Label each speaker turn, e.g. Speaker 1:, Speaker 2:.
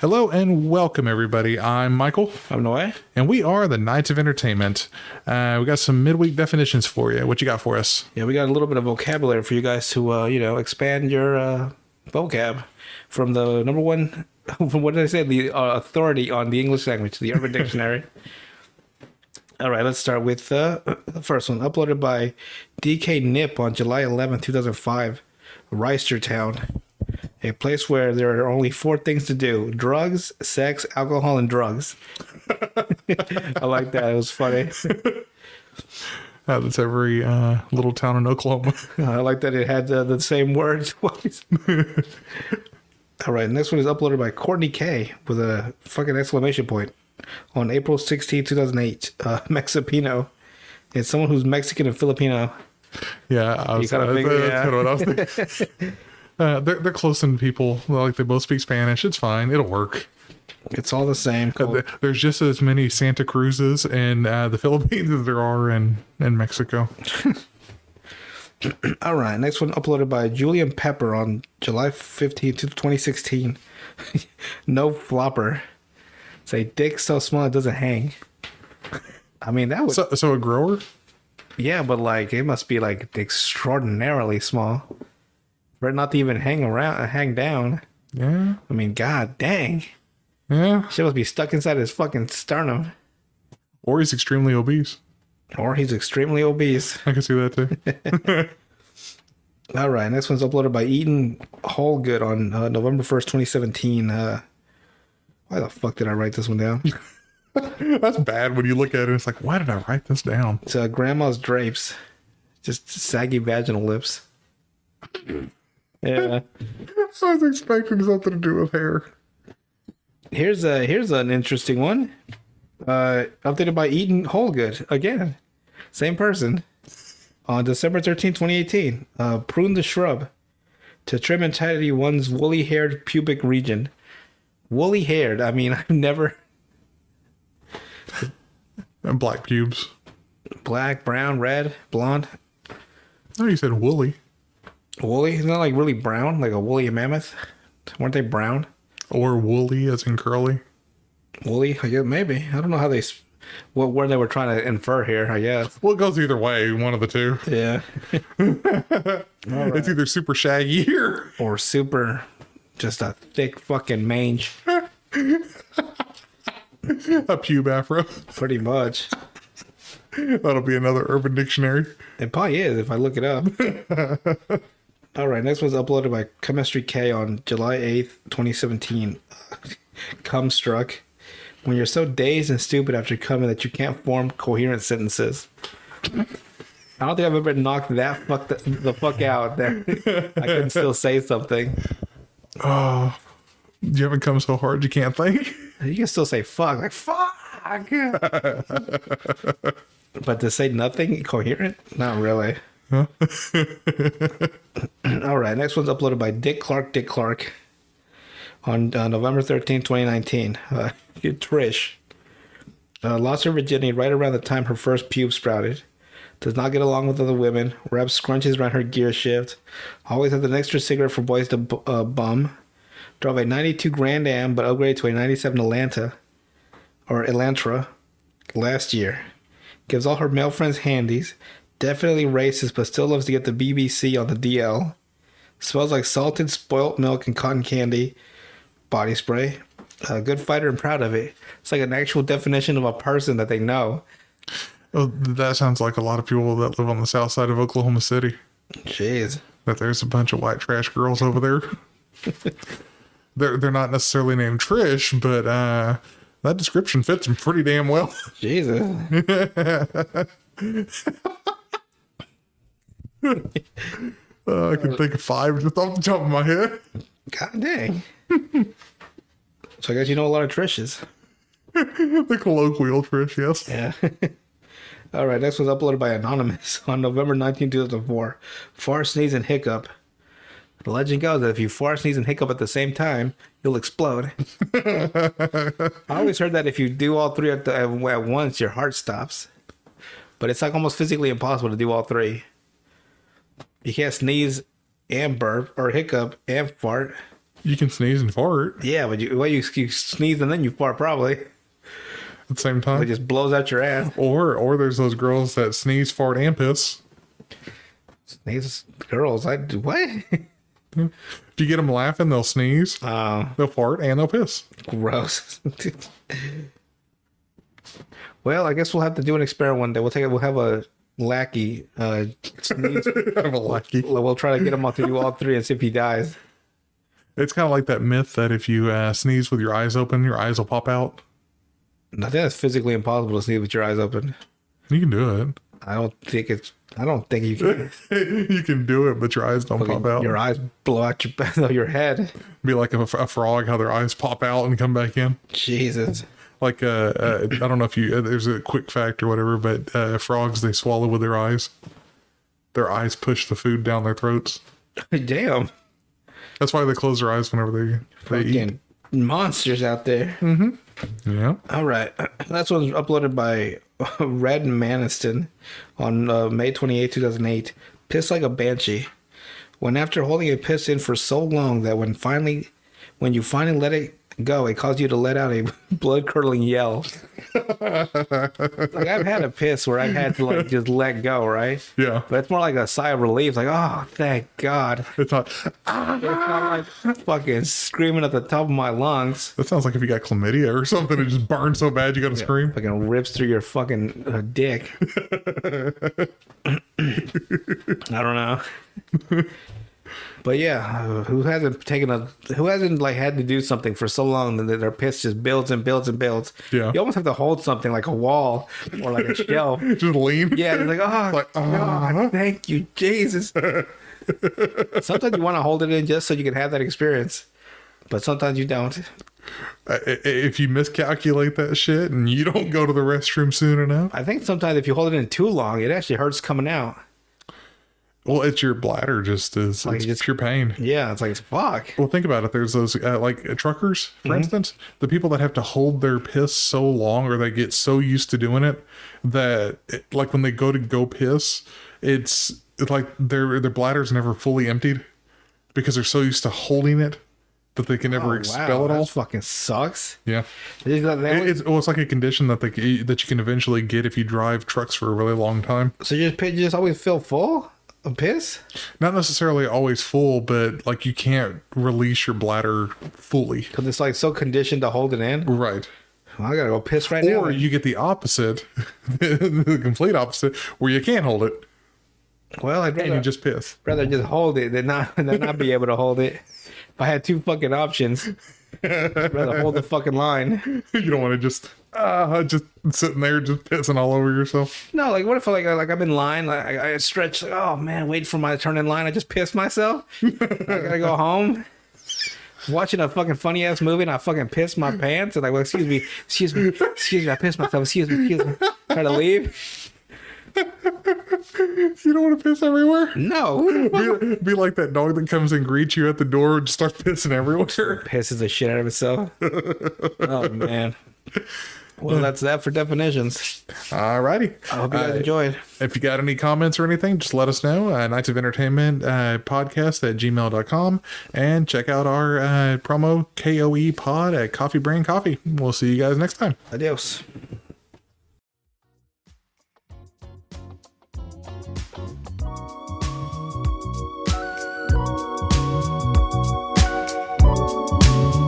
Speaker 1: Hello and welcome, everybody. I'm Michael,
Speaker 2: I'm Noé.
Speaker 1: and we are the Knights of Entertainment. Uh, we got some midweek definitions for you. What you got for us?
Speaker 2: Yeah, we got a little bit of vocabulary for you guys to, uh, you know, expand your uh, vocab from the number one, what did I say? The uh, authority on the English language, the Urban Dictionary. All right, let's start with uh, the first one, uploaded by DK Nip on July 11th, 2005, Reistertown, a place where there are only four things to do drugs, sex, alcohol, and drugs. I like that. It was funny.
Speaker 1: Uh, that's every uh, little town in Oklahoma.
Speaker 2: I like that it had uh, the same word twice. All right, next one is uploaded by Courtney K with a fucking exclamation point on April 16, 2008. Uh, Mexipino. It's someone who's Mexican and Filipino.
Speaker 1: yeah, I was,
Speaker 2: kinda figured,
Speaker 1: that's
Speaker 2: yeah.
Speaker 1: kinda what I was thinking. Uh, they're they're close in people. Like they both speak Spanish. It's fine. It'll work.
Speaker 2: It's all the same.
Speaker 1: Uh, th- There's just as many Santa Cruzes in uh, the Philippines as there are in in Mexico.
Speaker 2: All right, next one uploaded by Julian Pepper on July 15, 2016. no flopper. Say dick so small it doesn't hang. I mean, that was.
Speaker 1: So so a grower.
Speaker 2: Yeah, but like it must be like extraordinarily small for it not to even hang around, uh, hang down.
Speaker 1: Yeah.
Speaker 2: I mean, god dang,
Speaker 1: Yeah.
Speaker 2: shit must be stuck inside his fucking sternum,
Speaker 1: Or he's extremely obese.
Speaker 2: or he's extremely obese.
Speaker 1: I can see that too.
Speaker 2: All right, next one's uploaded by Eaton Hallgood on uh, November first, twenty seventeen. Uh, why the fuck did I write this one down?
Speaker 1: That's bad when you look at it. It's like, why did I write this down?
Speaker 2: It's uh, grandma's drapes, just saggy vaginal lips. Yeah.
Speaker 1: I was expecting something to do with hair.
Speaker 2: Here's a here's an interesting one. Uh, updated by Eaton Holgood again, same person. On December 13, 2018, uh, prune the shrub to trim and tidy one's woolly haired pubic region. Woolly haired, I mean, I've never
Speaker 1: And black pubes.
Speaker 2: black, brown, red, blonde,
Speaker 1: No, you said woolly.
Speaker 2: woolly. Isn't that like really brown, like a woolly mammoth? Weren't they brown?
Speaker 1: Or woolly as in curly.
Speaker 2: Woolly? I guess maybe. I don't know how they, s- what word they were trying to infer here. I guess.
Speaker 1: Well, it goes either way, one of the two.
Speaker 2: Yeah.
Speaker 1: It's either super shaggy or
Speaker 2: or super just a thick fucking mange
Speaker 1: a pube afro.
Speaker 2: pretty much
Speaker 1: That'll be another urban dictionary.
Speaker 2: it probably is if i look it up all right next one's uploaded by chemistry k on july 8th 2017 cum struck when you're so dazed and stupid after coming that you can't form coherent sentences I don't think I've ever been knocked that fuck the, the fuck out there. I can still say something.
Speaker 1: Oh, you haven't come so hard you can't think.
Speaker 2: You can still say fuck, like fuck. but to say nothing coherent? Not really. All right, next one's uploaded by Dick Clark, Dick Clark on uh, November 13, 2019. Uh, Trish. Uh, lost her virginity right around the time her first pube sprouted. Does not get along with other women. Wraps scrunches around her gear shift. Always has an extra cigarette for boys to bu- uh, bum. Drove a 92 Grand Am but upgraded to a 97 Atlanta or Elantra last year. Gives all her male friends handies. Definitely racist but still loves to get the BBC on the DL. Smells like salted, spoilt milk, and cotton candy body spray. A good fighter and proud of it. It's like an actual definition of a person that they know.
Speaker 1: Oh, that sounds like a lot of people that live on the south side of Oklahoma City.
Speaker 2: Jeez.
Speaker 1: That there's a bunch of white trash girls over there. they're they're not necessarily named Trish, but uh, that description fits them pretty damn well.
Speaker 2: Jesus.
Speaker 1: Uh, I can think of five just off the top of my head.
Speaker 2: God dang. so I guess you know a lot of Trishes.
Speaker 1: the colloquial Trish, yes.
Speaker 2: Yeah. All right, next one's uploaded by Anonymous on November 19, 2004. Far sneeze and hiccup. The legend goes that if you far sneeze and hiccup at the same time, you'll explode. I always heard that if you do all three at, the, at once, your heart stops. But it's like almost physically impossible to do all three. You can't sneeze and burp or hiccup and fart.
Speaker 1: You can sneeze and fart
Speaker 2: Yeah, but you, well, you, you sneeze and then you fart probably.
Speaker 1: at the same
Speaker 2: It
Speaker 1: time.
Speaker 2: just blows out your ass.
Speaker 1: Or or there's those girls that sneeze, fart, and piss.
Speaker 2: These girls, I do what?
Speaker 1: If you get them laughing, they'll sneeze,
Speaker 2: Oh,
Speaker 1: they'll fart, and they'll piss.
Speaker 2: gross. well, I guess we'll have to do an experiment one day. We'll take it. We'll have a lackey uh, sneeze.
Speaker 1: I'm a lucky.
Speaker 2: we'll we'll try to get him all to do all three and see if he dies.
Speaker 1: It's kind of like that myth that if you uh, sneeze with your eyes open, your eyes will pop out.
Speaker 2: I think that's physically impossible to sneeze with your eyes open.
Speaker 1: You can do
Speaker 2: I don't think it's. I don't think you can.
Speaker 1: it. you can do it, but your eyes don't pop out.
Speaker 2: Your eyes blow out your no, your head.
Speaker 1: Be like a, a frog, how their eyes pop out and come back in.
Speaker 2: Jesus.
Speaker 1: Like uh, uh, I don't know if you uh, there's a quick fact or whatever, but uh, frogs they swallow with their eyes. Their eyes push the food down their throats.
Speaker 2: Damn.
Speaker 1: That's why they close their eyes whenever they they eat.
Speaker 2: Fucking monsters out there.
Speaker 1: Yeah.
Speaker 2: All right. That's one's uploaded by Red Maniston on uh, May 28, 2008. Piss like a banshee. When after holding a piss in for so long that when finally, when you finally let it go, it caused you to let out a blood curdling yell. like I've had a piss where I had to like just let go, right?
Speaker 1: Yeah.
Speaker 2: But it's more like a sigh of relief, like oh thank God.
Speaker 1: It's not,
Speaker 2: It's not like fucking screaming at the top of my lungs.
Speaker 1: that sounds like if you got chlamydia or something, it just burns so bad you got to scream.
Speaker 2: fucking rips through your fucking uh, dick. I don't know. but yeah, uh, who hasn't taken a who hasn't like had to do something for so long that their piss just builds and builds and builds.
Speaker 1: Yeah.
Speaker 2: You almost have to hold something like a wall or like a shelf.
Speaker 1: Just lean.
Speaker 2: Yeah, it's like oh,
Speaker 1: Like, uh-huh.
Speaker 2: God, thank you, Jesus. sometimes you want to hold it in just so you can have that experience, but sometimes you don't.
Speaker 1: I- I- if you miscalculate that shit and you don't go to the restroom soon enough,
Speaker 2: I think sometimes if you hold it in too long, it actually hurts coming out.
Speaker 1: well, it's your bladder just is it's
Speaker 2: just-
Speaker 1: pure pain.
Speaker 2: Yeah, it's like fuck.
Speaker 1: Well, think about it. There's those uh, like uh, truckers, for instance, the people that have to hold their piss so long or they get so used to doing it that it, like when they go to go piss, it's, it's like their their bladder's never fully emptied because they're so used to holding it that they can
Speaker 2: Oh,
Speaker 1: never expel it
Speaker 2: that
Speaker 1: all.
Speaker 2: fucking sucks.
Speaker 1: Yeah.
Speaker 2: They got- they
Speaker 1: It-
Speaker 2: always-
Speaker 1: It's, well, it's like a condition that they c- that you can eventually get if you drive trucks for a really long time.
Speaker 2: so you just, pi- you just always feel full of piss?
Speaker 1: not necessarily always full, but like you can't release your bladder fully.
Speaker 2: Because it's like so conditioned to hold it in.
Speaker 1: Right.
Speaker 2: Well, I gotta go piss right
Speaker 1: Or
Speaker 2: now.
Speaker 1: you get the opposite, the complete opposite, where you can't hold it
Speaker 2: Well, I'd
Speaker 1: and you
Speaker 2: rather just,
Speaker 1: just piss.
Speaker 2: rather just hold it than not, than not be able to hold it. If I had two fucking options, I'd rather hold the fucking line.
Speaker 1: you don't want to just uh, just sitting there just pissing all over yourself.
Speaker 2: No, like what if I like, like I'm in line, like I, I stretch, like, oh man, wait for my turn in line. I just pissed myself. I gotta go home. Watching a fucking funny ass movie and I fucking pissed my pants and like, well, excuse me, excuse me, excuse me, I pissed myself, excuse me, excuse me. Try to leave.
Speaker 1: You don't want to piss everywhere.
Speaker 2: No.
Speaker 1: Be, be like that dog that comes and greets you at the door and just start pissing everywhere.
Speaker 2: Pisses the shit out of itself. Oh man. Well, that's that for definitions.
Speaker 1: Alrighty.
Speaker 2: I hope you guys
Speaker 1: Uh,
Speaker 2: enjoyed.
Speaker 1: If you got any comments or anything, just let us know. Uh, Knights of Entertainment uh, podcast at gmail.com and check out our uh, promo KOE pod at Coffee Brand Coffee. We'll see you guys next time.
Speaker 2: Adios.